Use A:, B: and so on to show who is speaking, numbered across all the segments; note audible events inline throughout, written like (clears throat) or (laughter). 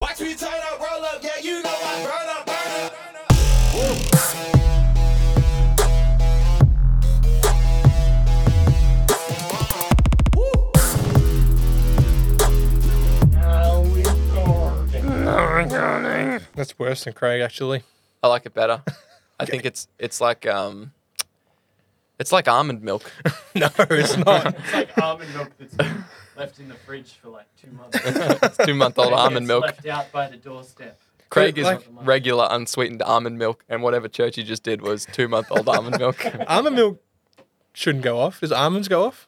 A: Watch me turn up, roll up, yeah, you know I burn up, burn up, burn up.
B: That's worse than Craig, actually. (laughs)
C: I like it better. I think it's it's like um, it's like almond milk.
B: No, it's
C: (laughs)
B: not.
D: (laughs) It's like almond milk that's been left in the fridge for like two months.
C: (laughs) It's two month old
D: It
C: almond
D: gets
C: milk.
D: left out by the doorstep.
C: Craig
B: But,
C: is
B: like-
C: regular unsweetened almond milk, and whatever church he just did was two month
B: (laughs)
C: old almond milk.
B: Almond milk shouldn't go off. Does almonds go off?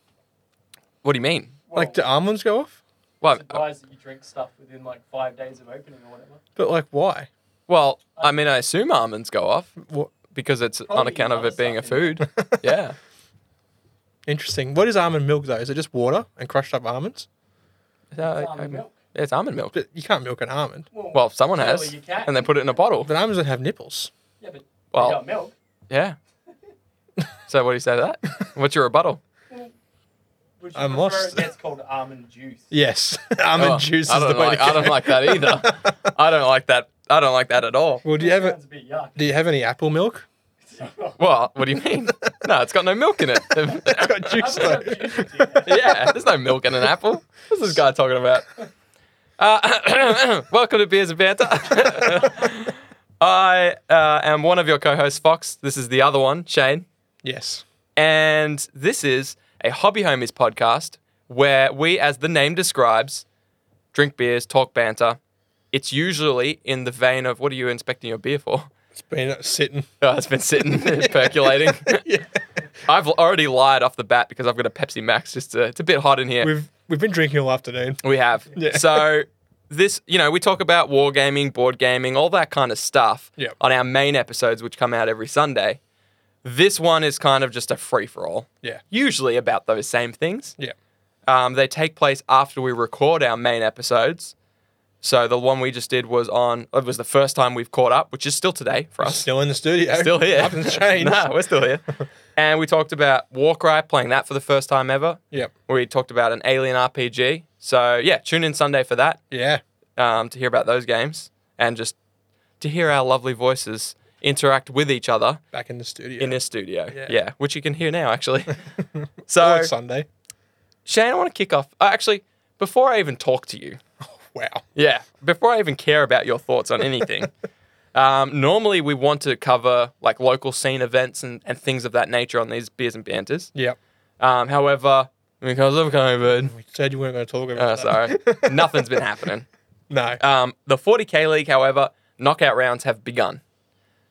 C: What do you mean?
B: Like, do almonds go off?
C: Well, uh,
D: Surprised that you drink stuff within like five days of opening or whatever.
B: But like, why?
C: well, I mean, I assume almonds go off
B: What?
C: because it's on
D: Probably
C: account of
D: other
C: it being a
D: stuff in
C: food. (laughs) Yeah,
B: Interesting. What is almond milk though? Is it just water and crushed up almonds?
C: Uh,
D: It's almond
C: I-
D: milk.
C: yeah, it's almond milk.
B: But you can't milk an almond.
C: Well, someone has,
D: surely you can.
C: and they put it in
B: (laughs)
C: a bottle.
B: But almonds don't have nipples.
D: yeah, but
C: well-
D: you got milk.
C: Yeah. So what do you say to that? What's your rebuttal?
D: Which
B: I
D: I
B: must-
D: must. That's called almond juice.
B: Yes, (laughs) almond
C: Oh,
B: juice
C: I
B: is
C: don't
B: the way
C: like,
B: to go.
C: I don't like that either. I don't like that. I don't like that at all.
B: (laughs) Well, do you have a,
D: Sounds a bit yuck. (laughs)
B: do you have any apple milk?
C: Well, what do you mean? No, it's got no milk in it.
B: (laughs) It's
C: (laughs)
B: got
D: I
B: juice
D: thought
B: though.
D: it was juice in there.
C: yeah, there's no milk in an apple.
B: (laughs)
C: What's this guy talking about? Uh, (clears throat) welcome to Beers and Banter. (laughs) I uh, am one of your co-hosts, Fox. This is the other one, Shane,
B: Yes.
C: and this is a Hobby Homies podcast where we, as the name describes, drink beers, talk banter. It's usually in the vein of what are you inspecting your beer for?
B: It's been (laughs) sitting.
C: Oh, it's been sitting, (laughs)
B: (laughs)
C: percolating.
B: Yeah.
C: I've already lied off the bat because I've got a Pepsi Max. Just to, it's a bit hot in here.
B: We've we've been drinking all afternoon.
C: We have.
B: Yeah.
C: So this, you know, we talk about wargaming, board gaming, all that kind of stuff
B: Yep.
C: on our main episodes, which come out every Sunday. This one is kind of just a free for all,
B: Yeah.
C: usually about those same things.
B: Yeah.
C: Um, they take place after we record our main episodes. So the one we just did was on. It was the first time we've caught up, which is still today for us.
B: Still in the studio.
C: Still here.
B: Nothing's changed.
C: (laughs) nah, we're still here. and we talked about Warcry, playing that for the first time ever.
B: Yep.
C: We talked about an alien RPG. So yeah, tune in Sunday for that
B: Yeah.
C: um, to hear about those games and just to hear our lovely voices interact with each other
B: Back in the studio.
C: in this studio.
B: Yeah.
C: Yeah. which you can hear now (laughs) actually.
B: Oh,
C: so
B: it's Sunday.
C: Shane, I want to kick off. Uh, actually, before I even talk to you,
B: Wow.
C: yeah, before I even care about your thoughts on anything, um, normally we want to cover like local scene events and, and things of that nature on these beers and banters.
B: Yep.
C: Um, however, because of COVID,
B: We said you weren't going to talk about
C: uh,
B: that.
C: sorry, nothing's been happening.
B: (laughs) No.
C: Um, the 40k league, however, knockout rounds have begun.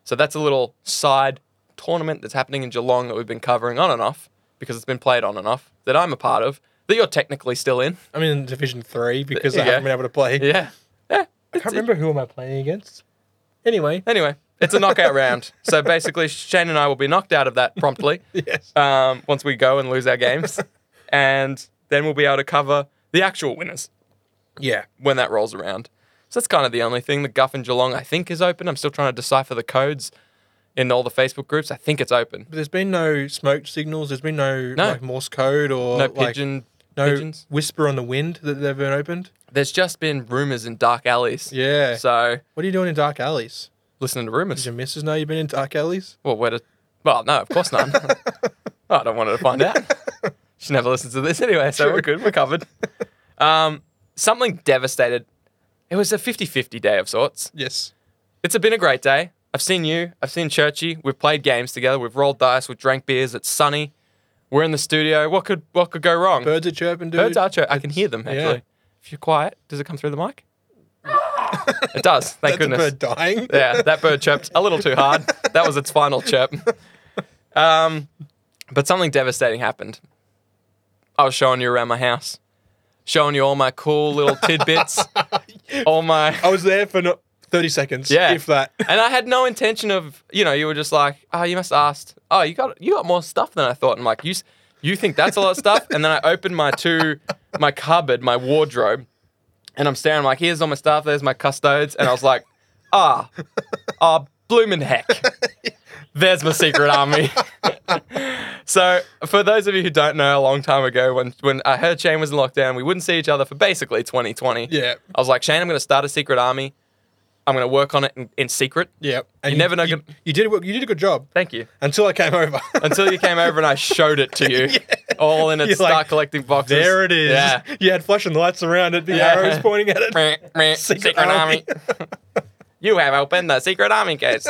C: So that's a little side tournament that's happening in Geelong that we've been covering on and off because it's been played on and off that I'm a part of that you're technically still in.
B: I'm in Division Three because I
C: Yeah.
B: haven't been able to play.
C: Yeah. Yeah.
B: I can't remember who am I playing against. Anyway.
C: Anyway, it's a knockout round. So basically, Shane and I will be knocked out of that
B: (laughs)
C: promptly
B: Yes.
C: um, once we go and lose
B: (laughs)
C: our games. And then we'll be able to cover the actual winners
B: Yeah.
C: when that rolls around. So that's kind of the only thing. The Guff in Geelong, I think, is open. I'm still trying to decipher the codes in all the Facebook groups. I think it's open.
B: But there's been no smoke signals. There's been no,
C: No.
B: like Morse code or
C: No
B: like,
C: pigeon.
B: no
C: pigeons.
B: whisper on the wind that they've been opened.
C: There's just been rumors in dark alleys.
B: Yeah.
C: So
B: what are you doing in dark alleys?
C: listening to
B: Does
C: rumors.
B: your missus know you've been in dark alleys? (laughs)
C: Well, where to? Well, no, of course not. (laughs) I don't want her to find out. She never listens to this anyway, so we're
B: True.
C: good.
B: (laughs)
C: We're covered. Um, something devastated. It was a 50 50 day of sorts.
B: Yes.
C: It's been a great day. I've seen you. I've seen Churchy. We've played games together. We've rolled dice. We've drank beers. It's sunny. We're in the studio. What could what could go wrong?
B: Birds are chirping, dude. (laughs)
C: Birds are chirp. I can hear them
B: yeah.
C: actually. If you're quiet, does it come through the mic? it does.
B: That's
C: Thank goodness.
B: a bird dying.
C: Yeah, that bird chirped a little too hard. That was its final chirp. Um, but something devastating happened. I was showing you around my house, showing you all my cool little tidbits, all my.
B: (laughs) I was there for not 30 seconds.
C: Yeah.
B: If that.
C: (laughs) And I had no intention of, you know, you were just like, oh, you must have asked. Oh, you got you got more stuff than I thought. I'm like, you s- you think that's a lot of stuff? And then I opened my two, my cupboard, my wardrobe, and I'm staring. I'm like, here's all my stuff. There's my custodes, and I was like, ah, ah, bloomin' heck. There's my secret army. (laughs) so, for those of you who don't know, a long time ago, when when I heard Shane was in lockdown, we wouldn't see each other for basically 2020.
B: (laughs) Yeah.
C: I was like, Shane, I'm going to start a secret army. I'm going to work on it in, in secret.
B: Yeah. And
C: You never know-
B: You, you did a- you did a good job
C: Thank you.
B: until I came over. (laughs)
C: (laughs) Until you came over and I showed it to you, all in
B: You're
C: its
B: like,
C: start collecting boxes.
B: there it is. (laughs)
C: Yeah.
B: You had flashing lights around it. The
C: Yeah.
B: arrows pointing at
C: (laughs)
B: it. (laughs)
C: Meh, meh,
B: Secret
C: secret, army. (laughs)
B: army. (laughs)
C: you have opened the secret army case.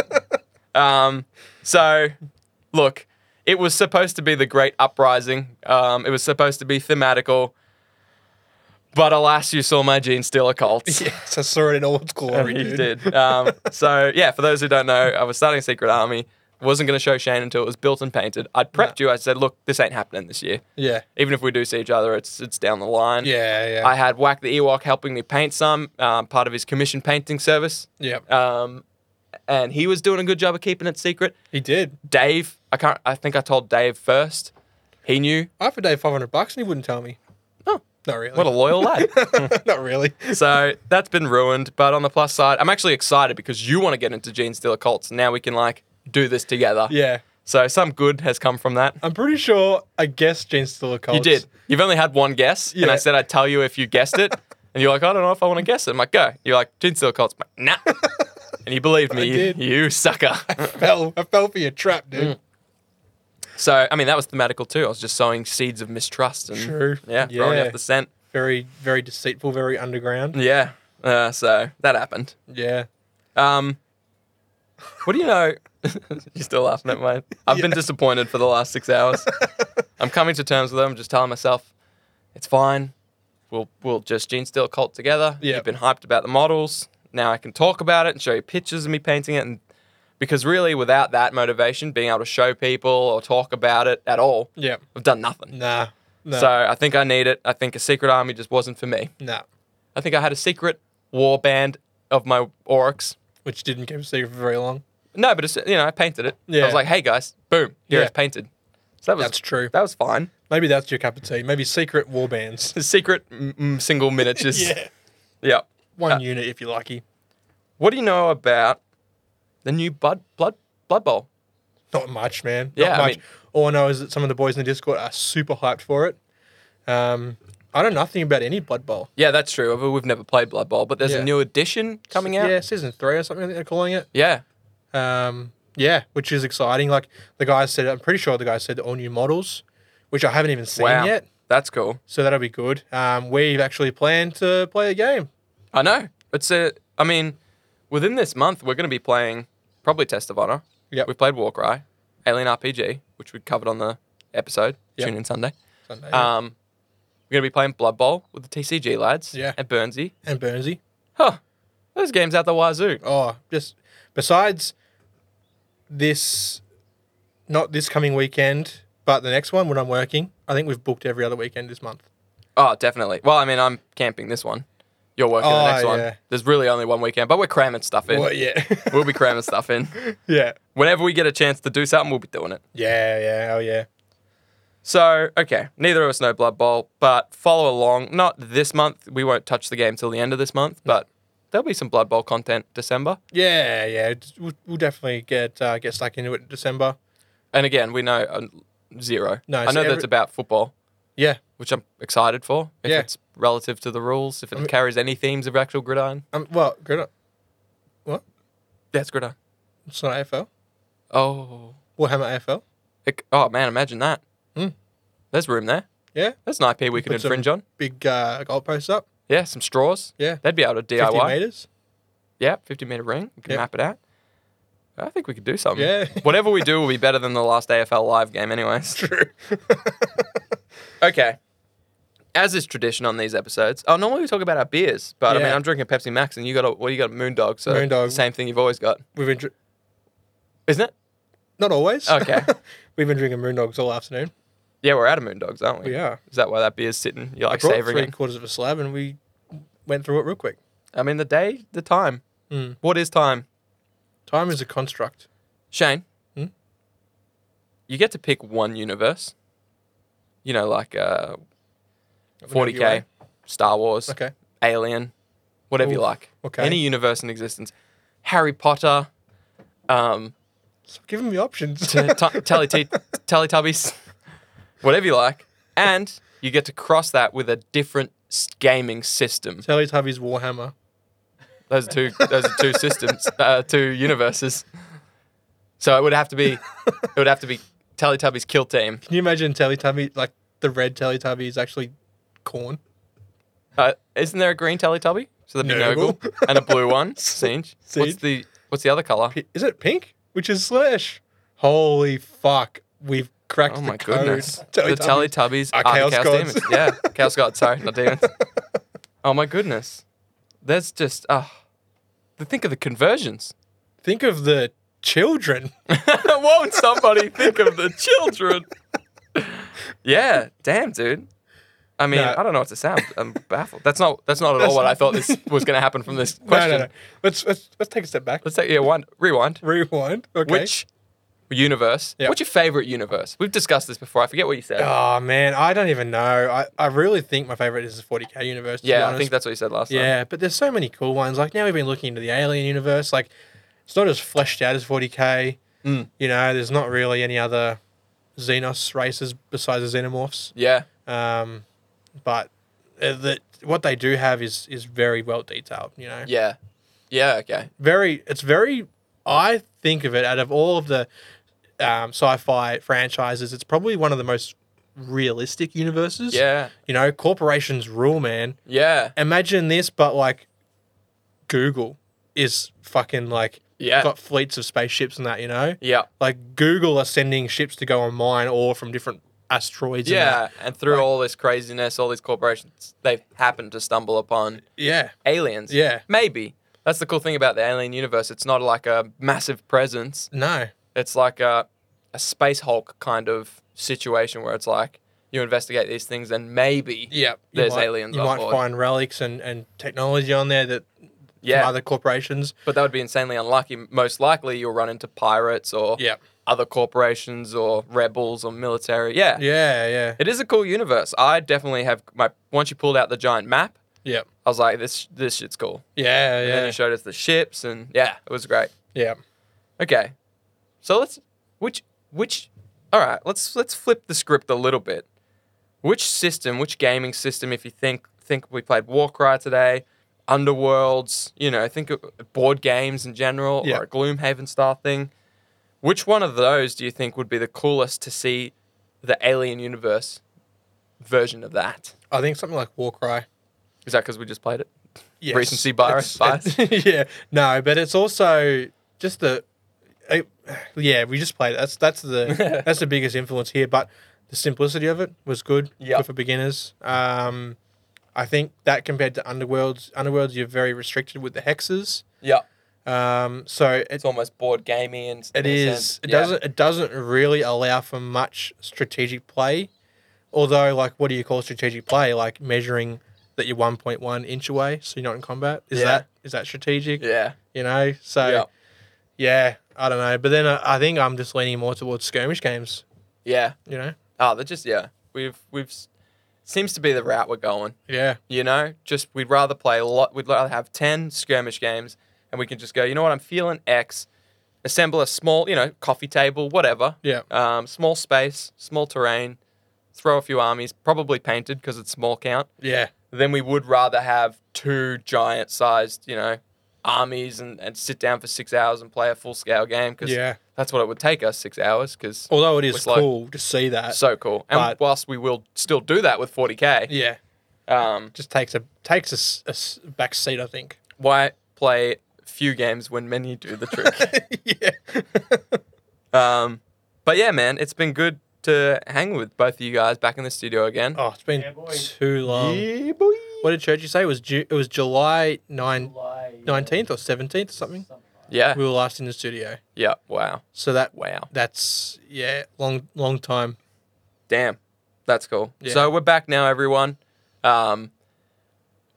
C: um, so, look, it was supposed to be the great uprising. Um, it was supposed to be thematical. But alas, you saw my gene
B: (laughs)
C: stealer cults.
B: Yes, I saw it in all its glory.
C: (laughs) you
B: dude.
C: did. Um, so, yeah, for those who don't know, I was starting a secret army. Wasn't going to show Shane until it was built and painted. I'd prepped you. I said, look, this ain't happening this year.
B: Yeah.
C: Even if we do see each other, it's it's down the line.
B: Yeah. Yeah.
C: I had Whack the Ewok helping me paint some, um, part of his commission painting service.
B: yeah.
C: Um, and he was doing a good job of keeping it secret.
B: he did.
C: Dave, I can't. I think I told Dave first. He knew.
B: I offered Dave 500 bucks and he wouldn't tell me.
C: Oh,
B: Not really.
C: what a
B: (laughs)
C: loyal lad.
B: Not
C: (laughs)
B: really.
C: so that's been ruined. But on the plus side, I'm actually excited because you want to get into Gene Stealer Colts. Now we can like do this together.
B: Yeah.
C: So some good has come from that.
B: I'm pretty sure I guessed Gene Stiller Colts.
C: You did. You've only had one guess, and I
B: Yeah.
C: said I'd tell you if you guessed
B: (laughs)
C: it. and you're like, I don't know if I want to guess it. I'm like, go. You're like, Gene Stealer Colts. I'm like,
B: (laughs)
C: nah. and you believed me.
B: I
C: you-
B: did.
C: You sucker.
B: Fell, (laughs) I fell for your trap,
C: Mm.
B: dude.
C: so I mean, that was thematical too. I was just sowing seeds of mistrust and
B: True.
C: yeah, throwing
B: Yeah.
C: out the scent.
B: Very, very deceitful, very underground.
C: Yeah. Uh, so that happened.
B: Yeah. (laughs)
C: Um, what do you know? (laughs) You're still laughing at mine. I've been
B: Yeah.
C: disappointed for the last
B: (laughs)
C: six hours. I'm coming to terms with it. I'm just telling myself, it's fine. We'll we'll just gene steal cult together.
B: Yeah.
C: You've been hyped about the models. Now I can talk about it and show you pictures of me painting it. And because really, without that motivation, being able to show people or talk about it at all,
B: Yeah.
C: I've done nothing.
B: Nah. Nah.
C: So I think I need it. I think a secret army just wasn't for me.
B: nah.
C: I think I had a secret war band of my oryx.
B: Which didn't keep a secret for very long.
C: No, but it's, you know, I painted it. I
B: Yeah.
C: was like, hey guys, boom, here
B: Yeah.
C: it's painted. So that was
B: That's true.
C: That was fine.
B: Maybe that's your cup of tea. Maybe secret war bands.
C: The secret mm, mm, single miniatures.
B: (laughs) yeah.
C: (laughs) Yeah.
B: One
C: Uh,
B: unit if you're lucky.
C: What do you know about the new Blood Blood Blood Bowl?
B: Not much, man.
C: Yeah, I
B: Not much.
C: mean-
B: All I know is that some of the boys in the Discord are super hyped for it. Um, I know nothing about any Blood Bowl.
C: Yeah, that's true. I've- We've never played Blood Bowl, but there's a
B: Yeah.
C: new edition coming out.
B: Yeah, season three or something I think they're calling it.
C: Yeah.
B: Um, yeah, which is exciting. Like the guy said, I'm pretty sure the guy said all new models, which I haven't even seen
C: Wow.
B: yet.
C: That's cool.
B: So that'll be good. Um, we've actually planned to play a game.
C: I know. It's a. I mean, within this month, we're going to be playing probably Test of Honor.
B: Yep.
C: We played Warcry, Alien RPG, which we covered on the episode.
B: Yep.
C: Tune in Sunday.
B: Sunday.
C: Um, we're gonna be playing Blood Bowl with the TCG lads.
B: Yeah.
C: At Burnsy.
B: and Burnsy.
C: Huh. Those games out the wazoo.
B: Oh, just besides this, not this coming weekend, but the next one when I'm working. I think we've booked every other weekend this month.
C: Oh, definitely. Well, I mean, I'm camping this one. You're working the
B: Oh,
C: next one.
B: yeah.
C: There's really only one weekend, but we're cramming stuff in.
B: Well, yeah, (laughs)
C: We'll be cramming stuff in.
B: yeah,
C: Whenever we get a chance to do something, we'll be doing it.
B: yeah, yeah. Oh, yeah.
C: So, okay, neither of us know Blood Bowl, but follow along. Not this month. We won't touch the game till the end of this month, but there'll be some Blood Bowl content December.
B: Yeah, yeah. it's- We'll, we'll definitely get uh, get stuck into it in December.
C: And again, we know um, zero.
B: No,
C: I
B: so
C: know
B: every-
C: that's about football.
B: Yeah,
C: which I'm excited for. If
B: Yeah.
C: it's relative to the rules, if it
B: mean-
C: carries any themes of actual gridiron,
B: Um, well, good. What?
C: that's gridiron.
B: It's not AFL.
C: Oh,
B: Warhammer AFL.
C: It- oh man, imagine that.
B: Hmm.
C: There's room there.
B: Yeah.
C: There's an IP we could
B: Put some
C: infringe on.
B: Big uh, goalposts up.
C: Yeah, some straws.
B: Yeah.
C: They'd be able to DIY.
B: Fifty
C: (laughs)
B: meters.
C: Yeah, 50 meter ring. We can
B: Yep.
C: map it out. I think we could do something.
B: Yeah.
C: (laughs) Whatever we do will be better than the last AFL live game, anyways.
B: True.
C: Okay. As is tradition on these episodes, oh, normally we talk about our beers, but I mean,
B: Yeah.
C: I'm drinking Pepsi Max, and you got a well, you got a Moondog, so
B: Moondog.
C: same thing you've always got,
B: (laughs) We've been dr-
C: isn't it?
B: not always.
C: Okay.
B: (laughs) We've been drinking moon dogs all afternoon.
C: Yeah, we're out of moon dogs, aren't we?
B: We are.
C: Is that why that beer's sitting? You're
B: I
C: like
B: brought
C: savoring
B: three
C: it.
B: quarters of a slab, and we went through it real quick.
C: I mean, the day, the time.
B: Mm.
C: What is time?
B: Time is a construct.
C: Shane,
B: Hmm?
C: you get to pick one universe. You know, like uh,
B: Of the Milky
C: 40K,
B: Way.
C: Star Wars,
B: Okay.
C: Alien, whatever you
B: Oof,
C: like.
B: okay.
C: Any universe in existence. Harry Potter, um, (laughs)
B: Stop giving me (laughs) options.
C: t- tally te- Teletubbies, whatever you like. And you get to cross that with a different s- gaming system.
B: Teletubbies Warhammer.
C: Those are two. Those are two systems. Uh, two universes. So it would have to be. It would have to be Teletubbies Kill Team.
B: Can you imagine Teletubby like the red Teletubby is actually corn?
C: Uh, isn't there a green Teletubby? So there'd be
B: Nurgle.
C: Nurgle and a blue one. Singe. What's
B: (laughs) Singe.
C: the What's the other color?
B: P- Is it pink? Which is slash. Holy fuck! We've (laughs) cracked.
C: Oh
B: the
C: my
B: code.
C: goodness.
B: Teletubbies.
C: The Teletubbies are,
B: Are Chaos
C: the Chaos
B: Gods.
C: Demons.
B: (laughs)
C: Yeah, Chaos Gods. Sorry, not demons. Oh my goodness. That's just, uh, think of
B: (laughs)
C: the conversions.
B: Think of the children.
C: Won't somebody think of the children? (laughs) yeah, damn, dude. I mean,
B: No.
C: I don't know what to say. I'm, I'm baffled. That's not. That's not at all
B: That's
C: what I
B: not-
C: thought this was going to happen from this
B: (laughs) No,
C: (laughs) question.
B: no, no. Let's let's let's take a step back.
C: Let's take yeah, one rewind.
B: Rewind. Okay.
C: Which universe?
B: Yeah.
C: What's your favorite universe? We've discussed this before. I forget what you said.
B: Oh man, I don't even know. I, I really think my favorite is the 40k universe. To be
C: yeah, I
B: honest.
C: think that's what you said last time.
B: Yeah, but there's so many cool ones. Like now we've been looking into the alien universe. Like it's not as fleshed out as 40k.
C: Mm.
B: You know, there's not really any other Xenos races besides the Xenomorphs.
C: Yeah.
B: Um, but uh, the, what they do have is is very well detailed. You know,
C: Yeah. Yeah. Okay.
B: very. It's very. I think of it out of all of the um, sci-fi franchises, it's probably one of the most realistic universes.
C: Yeah.
B: You know, corporations rule, man.
C: Yeah.
B: imagine this, but like Google is fucking like
C: Yeah.
B: got fleets of spaceships and that, you know?
C: yeah.
B: Like Google are sending ships to go and mine ore from different asteroids. and
C: Yeah.
B: that.
C: And through all this craziness, all these corporations, they've happened to stumble upon
B: yeah.
C: aliens.
B: Yeah.
C: Maybe. That's the cool thing about the alien universe. It's not like a massive presence.
B: No.
C: It's like a, a space Hulk kind of situation where it's like you investigate these things and maybe
B: Yeah.
C: There's aliens
B: You
C: on
B: might
C: board.
B: find relics and, and technology on there that from
C: yeah.
B: other corporations.
C: But that would be insanely unlucky. Most likely, you'll run into pirates or
B: Yeah.
C: other corporations or rebels or military. Yeah.
B: Yeah, yeah.
C: It is a cool universe. I definitely have my once you pulled out the giant map,
B: Yeah.
C: I was like, this this shit's cool.
B: Yeah,
C: And then you
B: yeah.
C: showed us the ships, and yeah, it was great.
B: Yeah.
C: Okay, so let's which which all right. Let's let's flip the script a little bit. Which system, which gaming system, if you think think we played Warcry today, Underworlds, you know, think of board games in general
B: Yeah.
C: or a Gloomhaven style thing. Which one of those do you think would be the coolest to see the Alien Universe version of that?
B: I think something like Warcry.
C: Is that because we just played it?
B: Yes.
C: Recency bi-
B: It's- (laughs)
C: bias?
B: it's- yeah, no, but it's also just the, I- yeah, we just played. That's that's
C: (laughs)
B: the that's the biggest influence here. But the simplicity of it was good,
C: Yep.
B: good for beginners. Um, I think that compared to Underworlds, Underworlds you're very restricted with the hexes.
C: Yeah,
B: Um, so it,
C: it's almost board gamey and
B: it is it doesn't it doesn't really allow for much strategic play. Although, like, what do you call strategic play? Like measuring that you're 1.1 inch away, so you're not in combat. Is
C: Yeah.
B: that is that strategic?
C: Yeah,
B: you know. So
C: yeah,
B: yeah, I don't know. But then uh, I, I think I'm just leaning more towards skirmish games.
C: yeah.
B: You know,
C: Oh, they're just yeah. We've we've s- seems to be the route we're going.
B: yeah,
C: You know, just we'd rather play a lot. We'd rather have ten skirmish games, and we can just go. You know what? I'm feeling X. Assemble a small, you know, coffee table, whatever.
B: yeah,
C: Um, small space, small terrain. Throw a few armies, probably painted because it's small count.
B: yeah,
C: Then we would rather have two giant-sized, you know, armies and, and sit down for six hours and play a full-scale game because
B: yeah.
C: that's what it would take us six hours because
B: Although it is
C: With, like-
B: cool to see that.
C: so cool. And
B: Uh, But-
C: whilst we will still do that with 40k,
B: yeah,
C: um,
B: just takes a takes a s- a, s- back seat, I think.
C: why play few games when many do
B: (laughs)
C: the trick?
B: yeah,
C: um, but yeah, man, it's been good to hang with both of you guys back in the studio again. Um,
B: oh, it's been
D: Yeah, boy.
B: too long. What did Churchy say? It was Ju- it was July 9,
D: July, uh,
B: 19th or seventeenth or something?
D: something like that.
C: Yeah,
B: We were last in the studio,
C: yeah, wow,
B: so that
C: wow,
B: that's yeah, long long time.
C: damn, that's cool.
B: Yeah.
C: So we're back now, everyone. Um,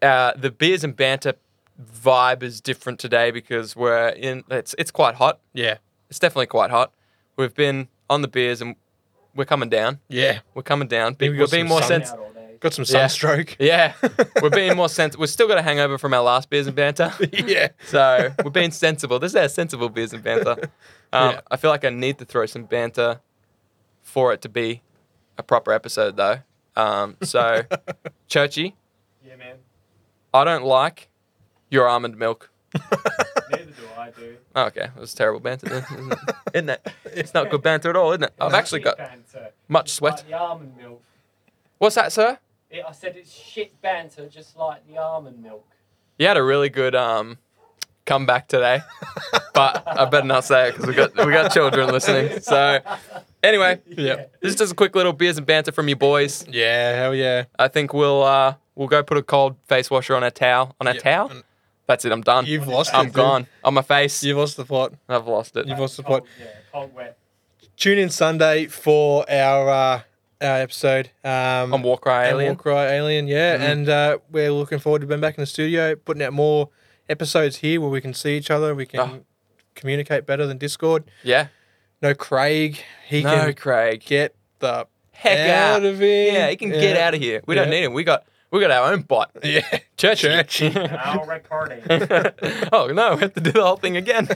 C: uh, the beers and banter vibe is different today because we're in. It's it's quite hot.
B: Yeah,
C: It's definitely quite hot. We've been on the beers and we're coming down.
B: yeah,
C: We're coming down. Be-
B: Maybe we
C: we're
B: got
C: being
B: some
C: more
B: sun
C: sensitive.
D: Out all day,
B: Got some
C: Yeah.
B: sunstroke.
C: (laughs) Yeah, we're
B: (laughs)
C: being more sensible. We've still got a hangover from our last beers and banter.
B: yeah.
C: So we're being (laughs) sensible. This is our sensible beers
B: (laughs)
C: and banter. Um,
B: Yeah.
C: I feel like I need to throw some banter for it to be a proper episode, though. Um, so,
B: (laughs)
C: Churchy,
D: Yeah, man.
C: I don't like your almond milk.
D: Neither do I, dude.
C: Oh, okay, that was terrible banter, then,
B: (laughs)
C: isn't it? isn't it? It's not good banter at all, isn't it? I've actually got
D: banter.
C: much
D: Just
C: sweat.
D: Like the almond milk.
C: What's that, sir?
D: It, I said it's shit banter, just like the almond milk.
C: You had a really good um, comeback today, but I better not say it because we got we got children listening. So,
D: (laughs)
C: anyway,
B: (laughs) Yeah.
C: this is just a quick little beers and banter from you boys.
B: Yeah, hell yeah.
C: I think we'll uh, we'll go put a cold face washer on a towel. On a
B: Yeah.
C: towel.
B: And
C: That's it. I'm done.
B: You've lost it.
C: I'm
B: dude.
C: gone. On my face.
B: You've lost the plot.
C: I've lost it.
B: You've lost the plot.
D: Cold, Oh, yeah, cold wet.
B: Tune in Sunday for our uh, our episode. Um,
C: I'm War Cry
B: and
C: Alien. Mm-hmm.
B: Warcry Alien, yeah. And uh, we're looking forward to being back in the studio, putting out more episodes here where we can see each other, we can
C: Oh.
B: communicate better than Discord.
C: Yeah.
B: No, Craig, he
C: No,
B: can
C: Craig.
B: get the
C: Heck
B: out,
C: out.
B: of here.
C: Yeah, he can get out of here. We don't
B: Yeah.
C: need him. We got we got our own bot.
B: (laughs) Yeah,
C: Church. (laughs)
D: Our recording.
C: oh no, we have to do the whole thing again.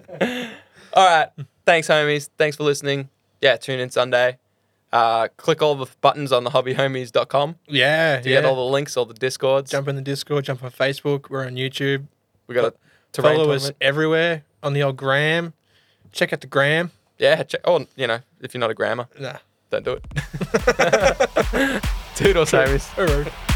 C: (laughs) all right. Thanks, homies. Thanks for listening. Yeah, tune in Sunday. Uh, click all the buttons on the hobbyhomies.com
B: yeah,
C: to
B: yeah.
C: get all the links, all the discords.
B: jump in the Discord, jump on Facebook, we're on YouTube.
C: We got a terrain
B: Follow us
C: tournament.
B: everywhere on the old gram. Check out the gram.
C: Yeah, check. Oh, you know, (laughs) if you're not a grammar,
B: Nah. (laughs)
C: don't do it. (laughs) Toodles, homies.
B: All right.